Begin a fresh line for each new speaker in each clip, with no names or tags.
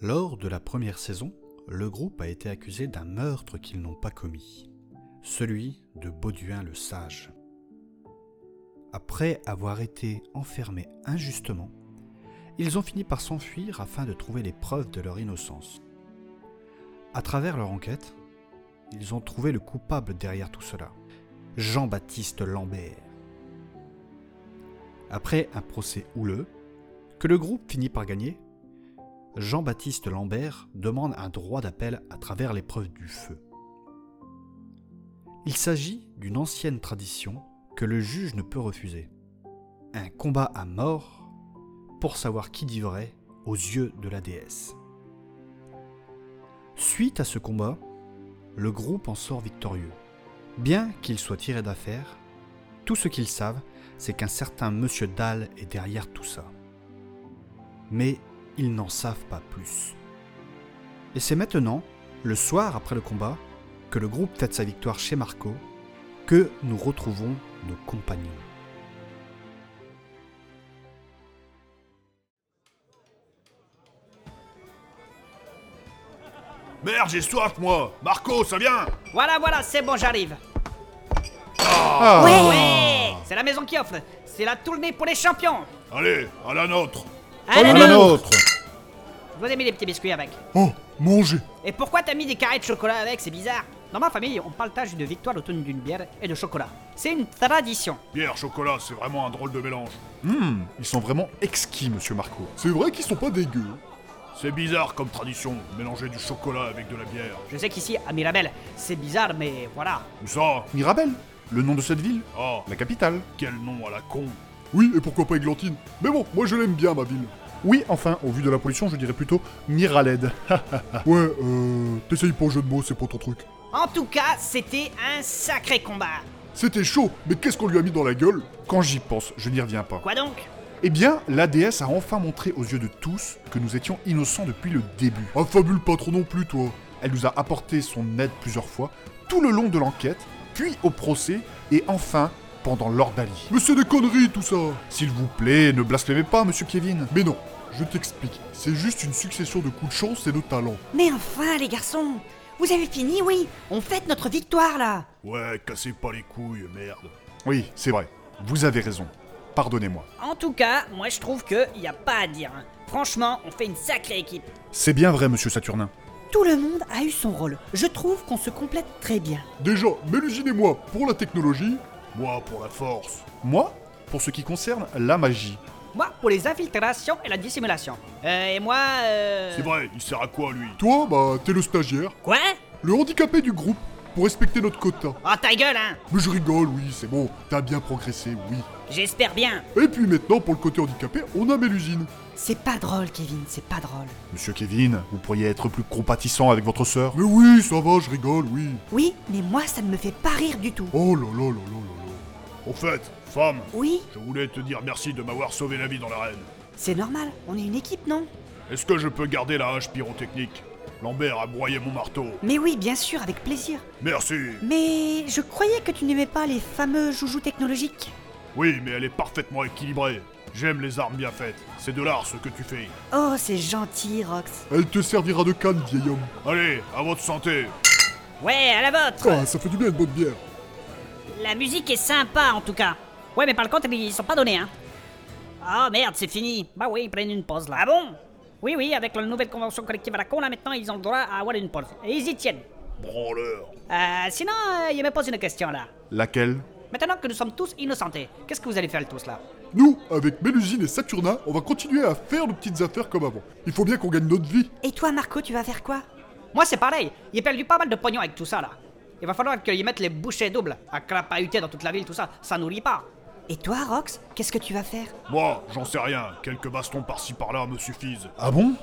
Lors de la première saison, le groupe a été accusé d'un meurtre qu'ils n'ont pas commis, celui de Bauduin le Sage. Après avoir été enfermés injustement, ils ont fini par s'enfuir afin de trouver les preuves de leur innocence. À travers leur enquête, ils ont trouvé le coupable derrière tout cela, Jean-Baptiste Lambert. Après un procès houleux, que le groupe finit par gagner, Jean-Baptiste Lambert demande un droit d'appel à travers l'épreuve du feu. Il s'agit d'une ancienne tradition que le juge ne peut refuser. Un combat à mort pour savoir qui dit vrai aux yeux de la déesse. Suite à ce combat, le groupe en sort victorieux. Bien qu'ils soient tirés d'affaire, tout ce qu'ils savent, c'est qu'un certain Monsieur Dahl est derrière tout ça. Mais ils n'en savent pas plus. Et c'est maintenant, le soir après le combat, que le groupe fête sa victoire chez Marco, que nous retrouvons nos compagnons.
Merde, j'ai soif, moi Marco, ça vient
Voilà, voilà, c'est bon, j'arrive. Ouais, c'est la maison qui offre. C'est la tournée pour les champions.
Oh,
Allez, à la nôtre
Allez,
la nôtre
Je vous ai mis des petits biscuits avec.
Oh, manger
Et pourquoi t'as mis des carrés de chocolat avec C'est bizarre. Dans ma famille, on partage une victoire autour d'une bière et de chocolat. C'est une tradition.
Bière, chocolat, c'est vraiment un drôle de mélange.
Hmm, ils sont vraiment exquis, monsieur Marco. C'est vrai qu'ils sont pas dégueux.
C'est bizarre comme tradition, mélanger du chocolat avec de la bière.
Je sais qu'ici, à Mirabel, c'est bizarre, mais voilà.
Où ça
Mirabel, le nom de cette ville,
Ah,
la capitale.
quel nom à la con
Oui, et pourquoi pas Églantine Mais bon, moi je l'aime bien, ma ville. Oui, enfin, au vu de la pollution, je dirais plutôt Miraled. ouais, euh, t'essayes pas jeu de mots, c'est pas ton truc.
En tout cas, c'était un sacré combat.
C'était chaud, mais qu'est-ce qu'on lui a mis dans la gueule Quand j'y pense, je n'y reviens pas.
Quoi donc
Eh bien, la déesse a enfin montré aux yeux de tous que nous étions innocents depuis le début.
Ah, fabule pas trop non plus, toi.
Elle nous a apporté son aide plusieurs fois, tout le long de l'enquête, puis au procès, et enfin pendant l'ordalie.
Mais c'est des conneries, tout ça.
S'il vous plaît, ne blasphémez pas, monsieur Kevin.
Mais non, je t'explique. C'est juste une succession de coups de chance et de talent.
Mais enfin, les garçons Vous avez fini, Eh oui On fête notre victoire, là
Ouais, cassez pas les couilles, merde.
Oui, c'est vrai. Vous avez raison. Pardonnez-moi.
En tout cas, moi je trouve que y a pas à dire. hein. Franchement, on fait une sacrée équipe.
C'est bien vrai, monsieur Saturnin.
Tout le monde a eu son rôle. Je trouve qu'on se complète très bien.
Déjà, Mélusine et moi pour la technologie.
Moi, pour la
Euh.
force.
Moi, pour ce qui concerne la magie,
Moi, pour les infiltrations et la dissimulation. Euh, et moi, euh...
C'est vrai, il sert à quoi, lui
Toi, bah, t'es le stagiaire.
Quoi
Le handicapé du groupe pour respecter notre quota.
Oh ta gueule, hein
Mais je rigole, oui, c'est bon. T'as bien progressé, oui.
J'espère bien.
Et puis maintenant, pour le côté handicapé, on a Mélusine.
C'est pas drôle, Kevin, c'est pas drôle.
monsieur Kevin, vous pourriez être plus compatissant avec votre sœur.
Mais oui, ça va, je rigole, oui.
Oui, mais moi, ça ne me fait pas rire du tout.
Oh là là là là là là.
Au fait, femme,
Oui,
je voulais te dire merci de m'avoir sauvé la vie dans l'arène.
c'est normal, on est une équipe, non
Est-ce que je peux garder la hache pyrotechnique Lambert a broyé mon marteau.
Mais oui, bien sûr, avec plaisir.
Merci
Mais je croyais que tu n'aimais pas les fameux joujoux technologiques.
Oui, mais elle est parfaitement équilibrée. J'aime les armes bien faites. C'est de l'art ce que tu fais.
Oh, c'est gentil, Rox.
Elle te servira de canne, vieil homme.
Allez, à votre santé
Ouais, à la vôtre
Ah, ça fait du bien une bonne bière.
La musique est sympa en tout cas. Ouais, mais par contre, ils sont pas donnés, hein. Ah merde, c'est fini. Bah oui, ils prennent une pause là. Ah bon Oui, oui, avec la nouvelle convention collective à la con, là maintenant, ils ont le droit à avoir une pause. Et ils y tiennent.
Branleur
Euh, sinon, euh, il me pose une question là.
Laquelle
Maintenant que nous sommes tous innocentés, qu'est-ce que vous allez faire tous là
Nous, avec Mélusine et Saturnin, on va continuer à faire nos petites affaires comme avant. Il faut bien qu'on gagne notre vie.
Et toi, Marco, tu vas faire quoi
Moi, c'est pareil. J'ai perdu pas mal de pognon avec tout ça là. Il va falloir qu'ils mettent les bouchées doubles, à crapahuter dans toute la ville, tout ça. Ça nourrit pas.
Et toi, Rox, qu'est-ce que tu vas faire
Moi, j'en sais rien. Quelques bastons par-ci par-là me suffisent.
Ah bon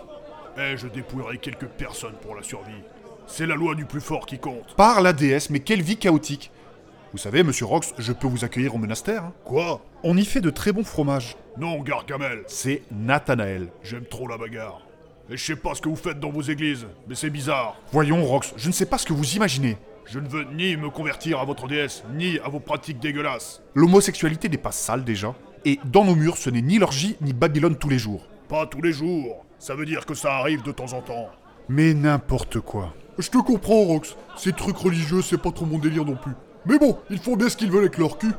Et je dépouillerai quelques personnes pour la survie. C'est la loi du plus fort qui compte.
Par la déesse, mais quelle vie chaotique Vous savez, monsieur Rox, je peux vous accueillir au monastère. hein.
Quoi
On y fait de très bons fromages.
Non, Gargamel.
C'est Nathanaël.
J'aime trop la bagarre. Et je sais pas ce que vous faites dans vos églises, mais c'est bizarre.
Voyons, Rox, je ne sais pas ce que vous imaginez.
Je ne veux ni me convertir à votre déesse, ni à vos pratiques dégueulasses.
L'homosexualité n'est pas sale déjà. Et dans nos murs, ce n'est ni l'orgie ni Babylone tous les jours.
Pas tous les jours. Ça veut dire que ça arrive de temps en temps.
Mais n'importe quoi.
Je te comprends, Rox. Ces trucs religieux, c'est pas trop mon délire non plus. Mais bon, ils font bien ce qu'ils veulent avec leur cul.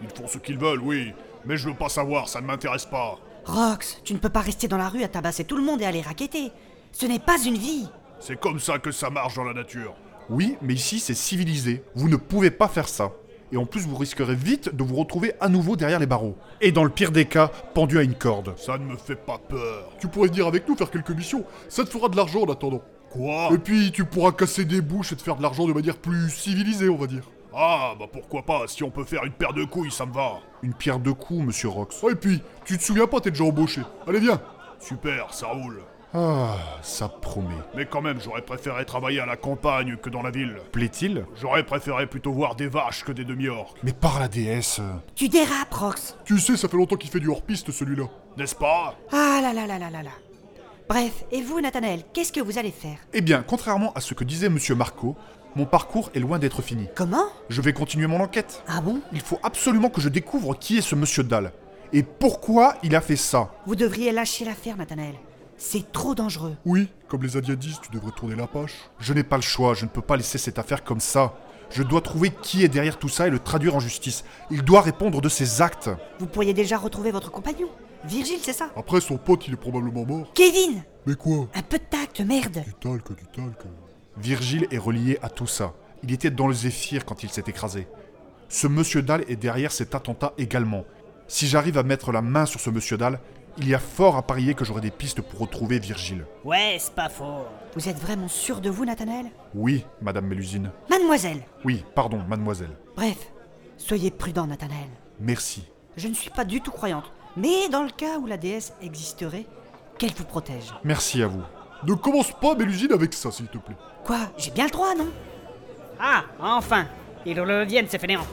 Ils font ce qu'ils veulent, oui. Mais je veux pas savoir, ça ne m'intéresse pas.
Rox, tu ne peux pas rester dans la rue à tabasser tout le monde et à les raqueter. Ce n'est pas une vie.
C'est comme ça que ça marche dans la nature.
Oui, mais ici c'est civilisé. Vous ne pouvez pas faire ça. Et en plus, vous risquerez vite de vous retrouver à nouveau derrière les barreaux. Et dans le pire des cas, pendu à une corde.
Ça ne me fait pas peur.
Tu pourrais venir avec nous faire quelques missions. Ça te fera de l'argent en attendant.
Quoi
Et puis, tu pourras casser des bouches et te faire de l'argent de manière plus civilisée, on va dire.
Ah, bah pourquoi pas, si on peut faire une paire de couilles, ça me va.
Une pierre de coups, monsieur Rox.
Oh, et puis, tu te souviens pas, t'es déjà embauché. Allez, viens.
Super, ça roule.
Ah, ça promet.
Mais quand même, j'aurais préféré travailler à la campagne que dans la ville.
Plaît-il
J'aurais préféré plutôt voir des vaches que des demi-orques,
Mais par la déesse. euh,
Tu dérapes, Rox.
Tu sais, ça fait longtemps qu'il fait du hors-piste, celui-là.
n'est-ce pas
Ah là là là là là là. Bref, et vous, Nathanaël, qu'est-ce que vous allez faire
Eh bien, contrairement à ce que disait monsieur Marco, mon parcours est loin d'être fini.
Comment
Je vais continuer mon enquête.
Ah bon
Il faut absolument que je découvre qui est ce monsieur Dahl. Et pourquoi il a fait ça
Vous devriez lâcher l'affaire, Nathanaël. C'est trop dangereux.
Oui, comme les Adiadis, tu devrais tourner la page.
Je n'ai pas le choix, je ne peux pas laisser cette affaire comme ça. Je dois trouver qui est derrière tout ça et le traduire en justice. Il doit répondre de ses actes.
Vous pourriez déjà retrouver votre compagnon. Virgile, c'est ça
Après, son pote, il est probablement mort.
Kevin
Mais quoi
Un peu de tact, merde
Du talc, du talc.
Virgile est relié à tout ça. Il était dans le zéphyr quand il s'est écrasé. Ce monsieur Dahl est derrière cet attentat également. Si j'arrive à mettre la main sur ce monsieur Dahl, il y a fort à parier que j'aurai des pistes pour retrouver Virgile.
Ouais, c'est pas faux.
Vous êtes vraiment sûr de vous, Nathanaël
Oui, madame Mélusine.
Mademoiselle
Oui, pardon, mademoiselle.
Bref, soyez prudent, Nathanaël.
Merci.
Je ne suis pas du tout croyante, mais dans le cas où la déesse existerait, qu'elle vous protège.
Merci à vous.
Ne commence pas, Mélusine, avec ça, s'il te plaît.
Quoi J'ai bien le droit, non
Ah, enfin Ils reviennent, ces fainéants.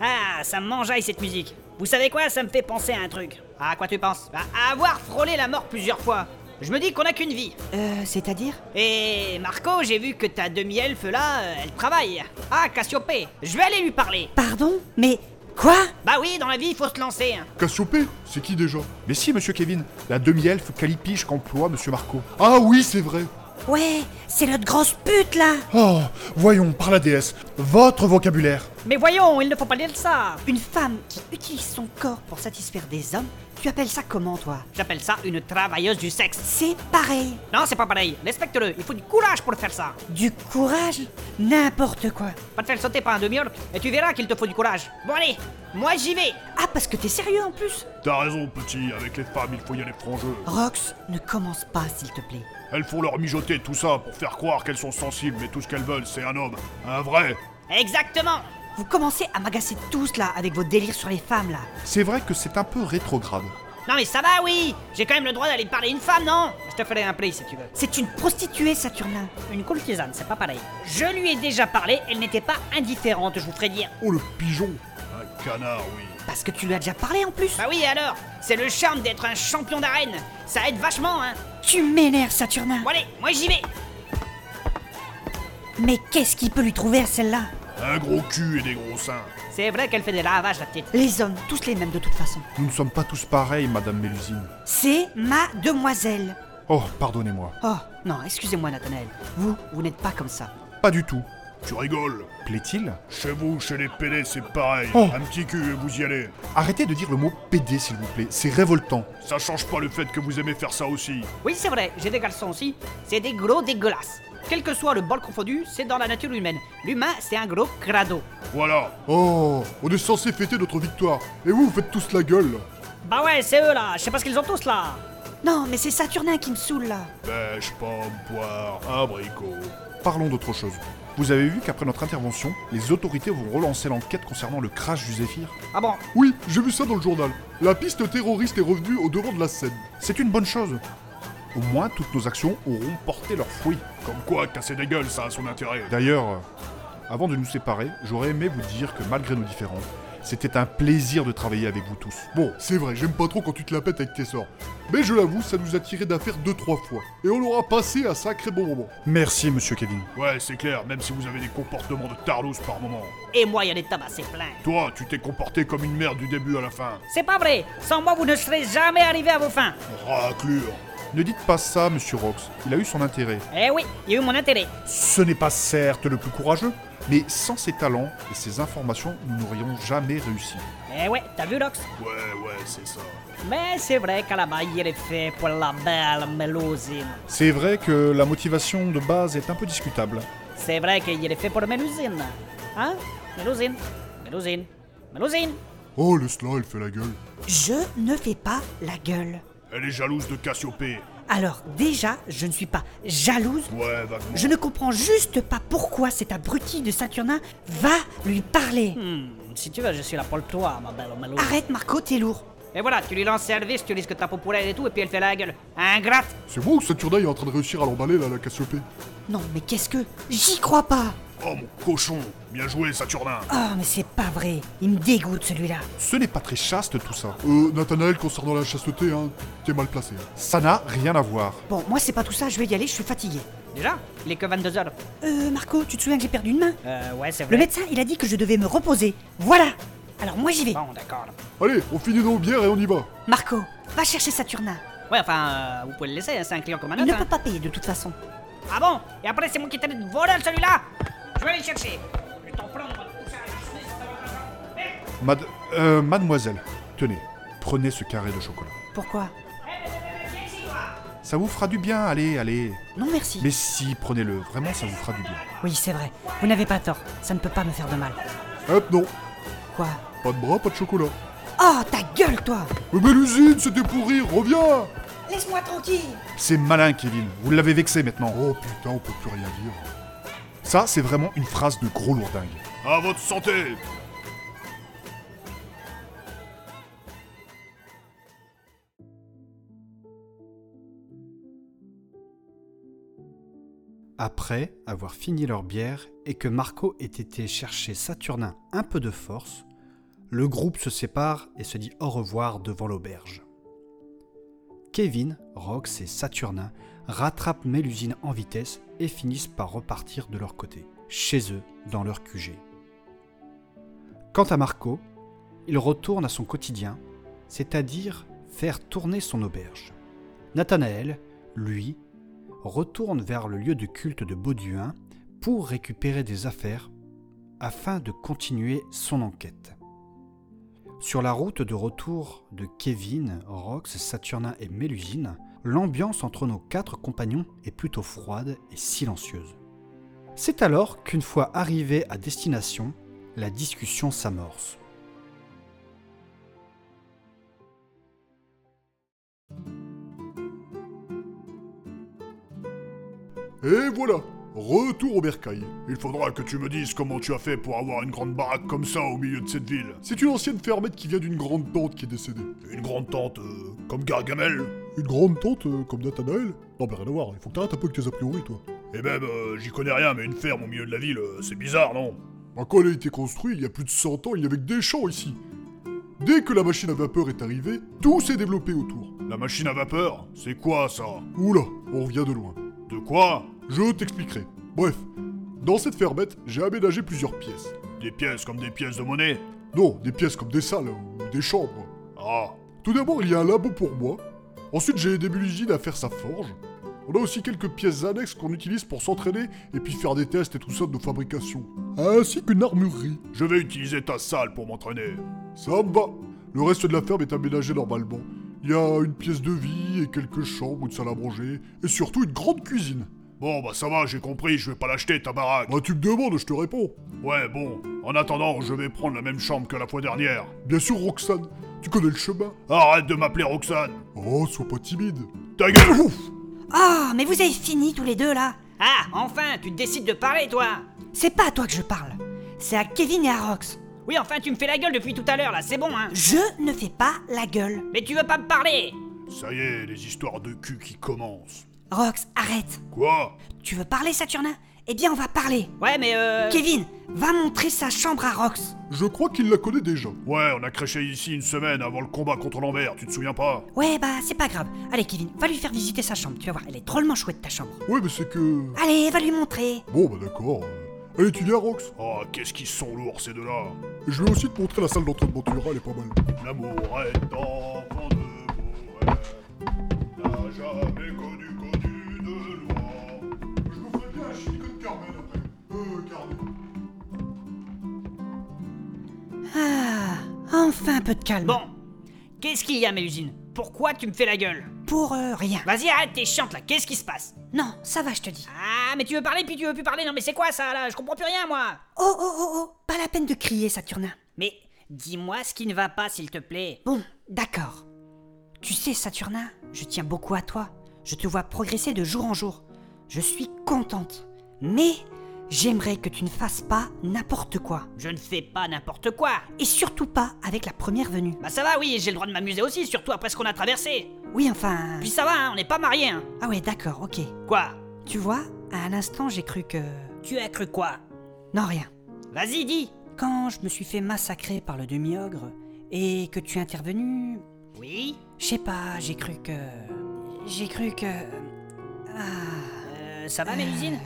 Ah, ça me mangeaille cette musique. Vous savez quoi Ça me fait penser à un truc. À quoi tu penses Bah, À avoir frôlé la mort plusieurs fois. Je me dis qu'on a qu'une vie.
Euh, c'est-à-dire
Et Marco, j'ai vu que ta demi-elfe là, euh, elle travaille. Ah, Cassiopée, je vais aller lui parler.
Pardon Mais quoi
Bah oui, dans la vie, il faut se lancer. hein.
Cassiopée, c'est qui déjà
Mais si, monsieur Kevin, la demi-elfe calipiche qu'emploie monsieur Marco.
Ah oui, c'est vrai. Ah,
Ouais, c'est notre grosse pute, là
Oh, voyons, par la déesse, votre vocabulaire.
Mais voyons, il ne faut pas dire ça.
Une femme qui utilise son corps pour satisfaire des hommes, tu appelles ça comment, toi
J'appelle ça une travailleuse du sexe.
C'est pareil.
Non, c'est pas pareil. Respecte-le. Il faut du courage pour faire ça.
Du courage N'importe quoi.
Va te faire sauter par un demi-orque et tu verras qu'il te faut du courage. Bon, allez, moi j'y vais.
Ah, parce que t'es sérieux en plus
T'as raison, petit, avec les femmes, il faut y aller franc jeu.
Rox, ne commence pas, s'il te plaît.
Elles font leur mijoter tout ça pour faire croire qu'elles sont sensibles, mais tout ce qu'elles veulent, c'est un homme. Un vrai.
Exactement.
Vous commencez à m'agacer tous, là, avec vos délires sur les femmes, là.
C'est vrai que c'est un peu rétrograde.
Non, mais ça va, oui. J'ai quand même le droit d'aller parler à une femme, non Je te ferai un prix si tu veux.
C'est une prostituée, Saturnin.
Une courtisane, c'est pas pareil. Je lui ai déjà parlé, elle n'était pas indifférente, je vous ferai dire.
Oh, le pigeon.
Un canard, oui.
Parce que tu lui as déjà parlé, en plus
Bah oui, et alors C'est le charme d'être un champion d'arène. Ça aide vachement, hein.
Tu m'énerves, Saturnin.
Bon, allez, moi j'y vais.
Mais qu'est-ce qu'il peut lui trouver à celle-là
Un gros cul et des gros seins.
C'est vrai qu'elle fait des lavages, la petite.
Les hommes, tous les mêmes de toute façon.
Nous ne sommes pas tous pareils, madame Mélusine.
C'est ma demoiselle.
Oh, pardonnez-moi.
Oh, non, excusez-moi, Nathanaël. Vous, vous n'êtes pas comme ça.
Pas du tout.
Tu rigoles
Plaît-il
Chez vous, chez les PD, c'est pareil.
Oh.
Un petit cul et vous y allez.
Arrêtez de dire le mot PD, s'il vous plaît. C'est révoltant.
Ça change pas le fait que vous aimez faire ça aussi.
Oui, c'est vrai, j'ai des garçons aussi. C'est des gros dégueulasses. Quel que soit le bol confondu, c'est dans la nature humaine. L'humain, c'est un gros crado.
Voilà.
Oh, on est censé fêter notre victoire. Et vous, vous faites tous la gueule. là.
Bah ouais, c'est eux là. Je sais pas ce qu'ils ont tous là.
Non, mais c'est Saturnin qui me saoule, là.
Pêche, pomme, poire, abricot.
Parlons d'autre chose. Vous avez vu qu'après notre intervention, les autorités vont relancer l'enquête concernant le crash du Zéphyr
Ah bon
Oui, j'ai vu ça dans le journal. La piste terroriste est revenue au devant de la scène.
C'est une bonne chose. Au moins, toutes nos actions auront porté leurs fruits.
Comme quoi, casser des gueules, ça a son intérêt.
D'ailleurs, euh, avant de nous séparer, j'aurais aimé vous dire que malgré nos différends, C'était un plaisir de travailler avec vous tous.
Bon, c'est vrai, j'aime pas trop quand tu te la pètes avec tes sorts. Mais je l'avoue, ça nous a tiré d'affaire deux, trois fois. Et on aura passé un sacré bon moment.
Merci, monsieur Kevin.
Ouais, c'est clair, même si vous avez des comportements de tarlouse par moment.
Et moi, il y en est tabassé plein.
Toi, tu t'es comporté comme une merde du début à la fin.
C'est pas vrai. Sans moi, vous ne serez jamais arrivé à vos fins.
Raclure.
Ne dites pas ça, monsieur Rox. Il a eu son intérêt.
Eh oui, il y a eu mon intérêt.
Ce n'est pas certes le plus courageux, mais sans ses talents et ses informations, nous n'aurions jamais réussi.
Eh ouais, t'as vu, Rox
Ouais, ouais, c'est ça.
Mais c'est vrai qu'à la base, il est fait pour la belle Mélusine.
C'est vrai que la motivation de base est un peu discutable.
C'est vrai qu'il est fait pour Mélusine. Hein Mélusine. Mélusine. Mélusine.
Oh, le sla, elle fait la gueule.
Je ne fais pas la gueule.
Elle est jalouse de Cassiopée.
Alors déjà, je ne suis pas jalouse.
Ouais, vaguement.
Je ne comprends juste pas pourquoi cet abruti de Saturnin va lui parler.
Hmm, si tu veux, je suis là pour toi, ma belle Mélusine.
Arrête Marco, t'es lourd.
Et voilà, tu lui lances service, tu risques ta popoulelle et tout, et puis elle fait la gueule. Hein, Ingrate
C'est moi ou Saturna est en train de réussir à l'emballer, là, la Cassiopée
Non mais qu'est-ce que... J'y crois pas.
Oh mon cochon Bien joué, Saturnin
Oh mais c'est pas vrai. Il me dégoûte celui-là.
Ce n'est pas très chaste tout ça.
Euh, Nathanaël, concernant la chasteté, hein, t'es mal placé. hein.
Ça n'a rien à voir.
Bon, moi c'est pas tout ça, je vais y aller, je suis fatigué.
Déjà Il est que 22h.
Euh Marco, tu te souviens que j'ai perdu une main
Euh, ouais, c'est vrai.
Le médecin, il a dit que je devais me reposer. Voilà. Alors moi j'y vais.
Bon, d'accord.
Allez, on finit nos bières et on y va.
Marco, va chercher Saturnin.
Ouais, enfin, euh, vous pouvez le laisser, hein, c'est un client comme un
Il
autre.
ne peut
hein.
pas payer de toute façon.
Ah bon Et après, c'est moi qui t'ai dit de voler celui-là Je vais aller le chercher. Je vais t'en prendre, on va te pousser à la chemise, ça va, ça va. Eh,
Mad- euh, mademoiselle, tenez, prenez ce carré de chocolat.
Pourquoi
Ça vous fera du bien, allez, allez.
Non merci.
Mais si, prenez-le, vraiment ça vous fera du bien.
Oui c'est vrai. Vous n'avez pas tort. Ça ne peut pas me faire de mal.
Hop, non.
Quoi
Pas de bras, pas de chocolat.
Oh ta gueule toi
Mais, mais l'usine, c'était pourri, reviens
Laisse-moi tranquille
C'est malin, Kevin, vous l'avez vexé maintenant.
Oh putain, on peut plus rien dire.
Ça, c'est vraiment une phrase de gros lourdingue.
À votre santé
Après avoir fini leur bière et que Marco ait été chercher Saturnin un peu de force, le groupe se sépare et se dit au revoir devant l'auberge. Kevin, Rox et Saturnin rattrapent Mélusine en vitesse et finissent par repartir de leur côté, chez eux, dans leur QG. Quant à Marco, il retourne à son quotidien, c'est-à-dire faire tourner son auberge. Nathanaël, lui, retourne vers le lieu de culte de Bauduin pour récupérer des affaires afin de continuer son enquête. Sur la route de retour de Kevin, Rox, Saturnin et Mélusine, l'ambiance entre nos quatre compagnons est plutôt froide et silencieuse. C'est alors qu'une fois arrivés à destination, la discussion s'amorce.
Et voilà, retour au bercail.
Il faudra que tu me dises comment tu as fait pour avoir une grande baraque comme ça au milieu de cette ville.
C'est une ancienne fermette qui vient d'une grande tante qui est décédée.
Une grande tente, euh, comme Gargamel
Une grande tante euh, comme Nathanaël Non, mais rien à voir, il faut que t'arrêtes un peu avec tes a priori, toi.
Eh ben, euh, j'y connais rien, mais une ferme au milieu de la ville, euh, c'est bizarre, non
Bah, quand elle a été construite, il y a plus de 100 ans, il n'y avait que des champs ici. Dès que la machine à vapeur est arrivée, tout s'est développé autour.
La machine à vapeur, c'est quoi ça
Oula, on revient de loin.
De quoi
Je t'expliquerai. Bref, dans cette fermette, j'ai aménagé plusieurs pièces.
Des pièces comme des pièces de monnaie
Non, des pièces comme des salles ou des chambres.
Ah,
Tout d'abord, il y a un labo pour moi. Ensuite, j'ai aidé Mélusine à faire sa forge. On a aussi quelques pièces annexes qu'on utilise pour s'entraîner et puis faire des tests et tout ça de fabrication. Ainsi qu'une armurerie.
je vais utiliser ta salle pour m'entraîner.
Ça me va. Le reste de la ferme est aménagé normalement. Il y a une pièce de vie et quelques chambres, une salle à manger et surtout une grande cuisine.
Bon, bah ça va, j'ai compris, je vais pas l'acheter, ta baraque.
Bah tu me demandes, je te réponds.
Ouais, bon, en attendant, je vais prendre la même chambre que la fois dernière.
Bien sûr, Roxane, tu connais le chemin.
Arrête de m'appeler Roxane
Oh, sois pas timide.
Ta gueule
Oh, mais vous avez fini tous les deux là
Ah, enfin, tu décides de parler, toi
C'est pas à toi que je parle. C'est à Kevin et à Rox.
Oui, enfin, tu me fais la gueule depuis tout à l'heure, là, c'est bon, hein
Je ne fais pas la gueule.
Mais tu veux pas me parler
Ça y est, les histoires de cul qui commencent.
Rox, arrête.
Quoi
Tu veux parler Saturnin Eh bien, on va parler.
Ouais, mais euh.
Kevin, va montrer sa chambre à Rox.
Je crois qu'il la connaît déjà.
Ouais, on a craché ici une semaine avant le combat contre Lambert, tu te souviens pas
Ouais, bah, c'est pas grave. Allez, Kevin, va lui faire visiter sa chambre. Tu vas voir, elle est drôlement chouette, ta chambre.
Ouais, mais c'est que.
Allez, va lui montrer.
Bon, bah d'accord. euh. Allez, tu viens, Rox.
Oh, qu'est-ce qu'ils sont lourds ces deux-là
Je vais aussi te montrer la salle d'entraînement, tu verras, elle est pas mal.
L'amour est enfant de vos rêves, n'a jamais connu, connu de loi.
Je me ferai bien un chimico de Carmen après. Euh, Carmen.
Ah, enfin un peu de calme.
Bon. Qu'est-ce qu'il y a, Mélusine Pourquoi tu me fais la gueule
Pour euh, rien.
Vas-y, arrête tes chiante là, qu'est-ce qui se passe
Non, ça va, je te dis.
Ah, mais tu veux parler puis tu veux plus parler, non mais c'est quoi ça là Je comprends plus rien moi
Oh, oh, oh, oh, pas la peine de crier, Saturnin.
Mais dis-moi ce qui ne va pas, s'il te plaît.
Bon, d'accord. Tu sais, Saturnin, je tiens beaucoup à toi. Je te vois progresser de jour en jour. Je suis contente. Mais j'aimerais que tu ne fasses pas n'importe quoi.
Je ne fais pas n'importe quoi.
Et surtout pas avec la première venue.
Bah ça va, oui, j'ai le droit de m'amuser aussi, surtout après ce qu'on a traversé.
Oui, enfin.
Puis ça va, hein, on n'est pas mariés. Hein.
Ah ouais, d'accord, ok.
Quoi
Tu vois, à l'instant, j'ai cru que.
Tu as cru quoi
Non, rien.
Vas-y, dis.
Quand je me suis fait massacrer par le demi-ogre et que tu es intervenu,
Oui.
je sais pas, j'ai cru que. J'ai cru que. Ah.
Euh, ça va, Mélusine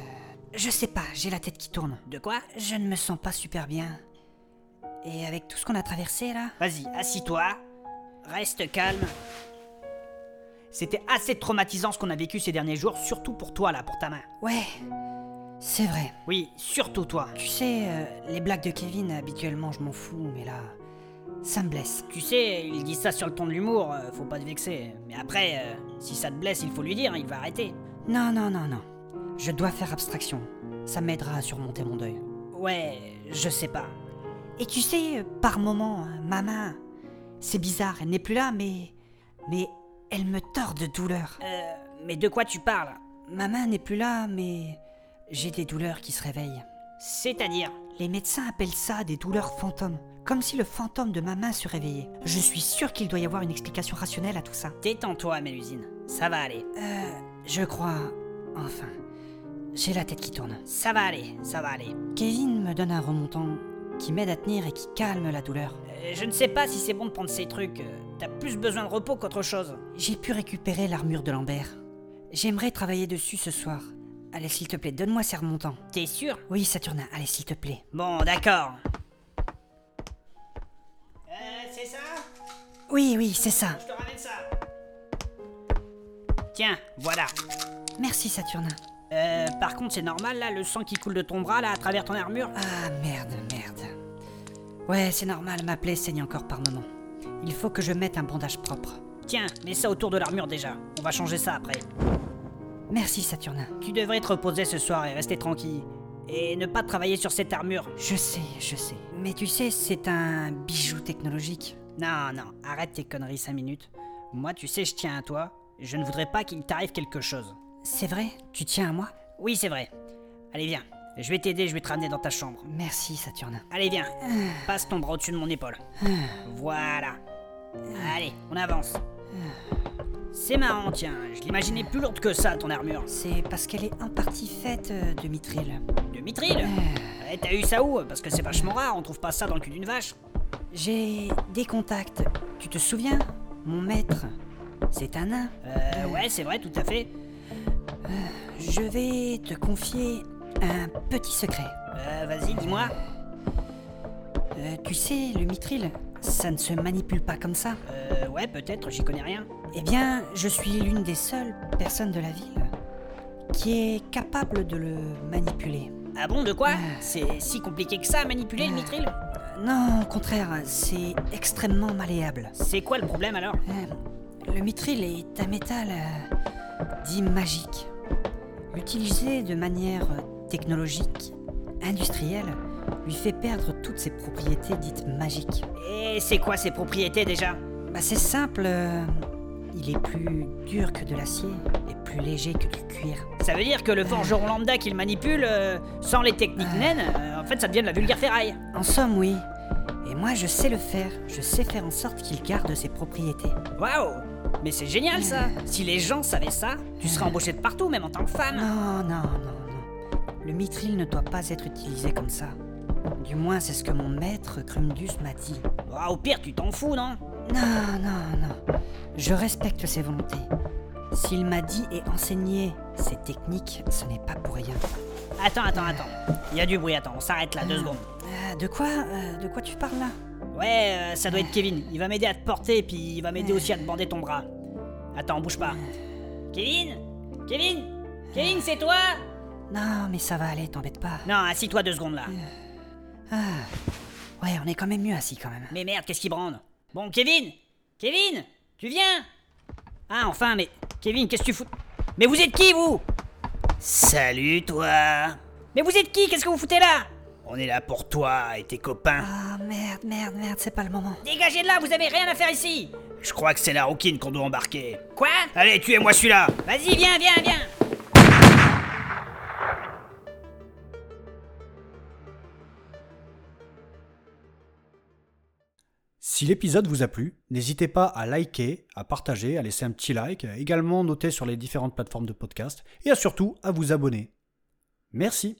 Je sais pas, j'ai la tête qui tourne.
De quoi
Je ne me sens pas super bien. Et avec tout ce qu'on a traversé là
Vas-y, assis-toi. Reste calme. C'était assez traumatisant ce qu'on a vécu ces derniers jours, surtout pour toi là, pour ta main.
Ouais, c'est vrai.
Oui, surtout toi.
Tu sais, euh, les blagues de Kevin, habituellement je m'en fous, mais là, ça me blesse.
Tu sais, il dit ça sur le ton de l'humour, euh, faut pas te vexer. Mais après, euh, si ça te blesse, il faut lui dire, hein, il va arrêter.
Non, non, non, non. Je dois faire abstraction. Ça m'aidera à surmonter mon deuil.
Ouais, je sais pas.
Et tu sais, euh, par moments, euh, ma main, c'est bizarre, elle n'est plus là, mais. Mais elle me tord de douleur.
Euh, mais de quoi tu parles
Ma main n'est plus là, mais. J'ai des douleurs qui se réveillent.
C'est-à-dire
Les médecins appellent ça des douleurs fantômes, comme si le fantôme de ma main se réveillait. Je suis sûr qu'il doit y avoir une explication rationnelle à tout ça.
Détends-toi, Mélusine. Ça va aller.
Euh, je crois. Enfin. J'ai la tête qui tourne.
Ça va aller, ça va aller.
Kevin me donne un remontant qui m'aide à tenir et qui calme la douleur.
Euh, je ne sais pas si c'est bon de prendre ces trucs. euh, T'as plus besoin de repos qu'autre chose.
J'ai pu récupérer l'armure de Lambert. J'aimerais travailler dessus ce soir. Allez, s'il te plaît, donne-moi ces remontants.
T'es sûr
Oui, Saturnin, allez, s'il te plaît.
Bon, d'accord. Euh, c'est ça
Oui, oui, c'est ça.
Je te ramène ça. Tiens, voilà.
Merci, Saturnin.
Euh, par contre, c'est normal là, le sang qui coule de ton bras là, à travers ton armure
Ah, merde, merde. Ouais, c'est normal, ma plaie saigne encore par moments. Il faut que je mette un bandage propre.
Tiens, mets ça autour de l'armure déjà. On va changer ça après.
Merci, Saturnin.
Tu devrais te reposer ce soir et rester tranquille. Et ne pas travailler sur cette armure.
Je sais, je sais. Mais tu sais, c'est un bijou technologique.
Non, non, arrête tes conneries 5 minutes. Moi, tu sais, je tiens à toi. Je ne voudrais pas qu'il t'arrive quelque chose.
C'est vrai Tu tiens à moi
Oui, c'est vrai. Allez, viens. Je vais t'aider, je vais te ramener dans ta chambre.
Merci, Saturnin.
Allez, viens. Passe ton bras au-dessus de mon épaule. Voilà. Allez, on avance. C'est marrant, tiens. Je l'imaginais plus lourde que ça, ton armure.
C'est parce qu'elle est en partie faite euh, de mithril.
De mithril Eh, T'as eu ça où Parce que c'est vachement rare, on trouve pas ça dans le cul d'une vache.
J'ai des contacts. Tu te souviens Mon maître, c'est un nain.
Euh, ouais, c'est vrai, tout à fait.
Je vais te confier un petit secret.
Euh, vas-y, dis-moi.
Euh, tu sais, le mithril, ça ne se manipule pas comme ça.
Euh, ouais, peut-être, j'y connais rien.
Eh bien, je suis l'une des seules personnes de la ville qui est capable de le manipuler.
Ah bon, de quoi C'est si compliqué que ça à manipuler le mithril
Non, au contraire, c'est extrêmement malléable.
C'est quoi le problème alors
Euh, Le mithril est un métal euh, dit magique. Utilisé de manière euh, technologique, industrielle, lui fait perdre toutes ses propriétés dites magiques.
Et c'est quoi ses propriétés déjà
Bah c'est simple, euh, il est plus dur que de l'acier et plus léger que du cuir.
Ça veut dire que le forgeron lambda qu'il manipule, euh, sans les techniques naines, euh, en fait ça devient de la vulgaire ferraille.
En somme, oui. Et moi, je sais le faire. Je sais faire en sorte qu'il garde ses propriétés.
Waouh Mais c'est génial ça Si les gens savaient ça, tu serais embauché de partout, même en tant que femme.
Non, non, non, non. Le mithril ne doit pas être utilisé comme ça. Du moins, c'est ce que mon maître Crumdus m'a dit.
Ah, au pire, tu t'en fous, non
Non, non, non. Je respecte ses volontés. S'il m'a dit et enseigné ces techniques, ce n'est pas pour rien.
Attends, attends, attends. Il y a du bruit, attends, on s'arrête là, deux secondes.
Euh, de quoi euh, De quoi tu parles là
Ouais, euh, ça doit être Kevin. Il va m'aider à te porter, puis il va m'aider aussi à te bander ton bras. Attends, bouge pas. Kevin Kevin Kevin, c'est toi
Non, mais ça va aller, t'embête pas.
Non, assis-toi deux secondes là.
Ouais, on est quand même mieux assis quand même.
Mais merde, qu'est-ce qu'il brande Bon, Kevin Kevin Tu viens Ah, enfin, mais. Kevin, qu'est-ce que tu fous Mais vous êtes qui, vous Salut, toi Mais vous êtes qui Qu'est-ce que vous foutez là On est là pour toi et tes copains.
Ah merde, merde, merde, c'est pas le moment.
Dégagez de là, vous avez rien à faire ici Je crois que c'est la rouquine qu'on doit embarquer. Quoi Allez, tuez-moi celui-là Vas-y, viens, viens, viens
Si l'épisode vous a plu, n'hésitez pas à liker, à partager, à laisser un petit like, à également noter sur les différentes plateformes de podcast et à surtout à vous abonner. Merci.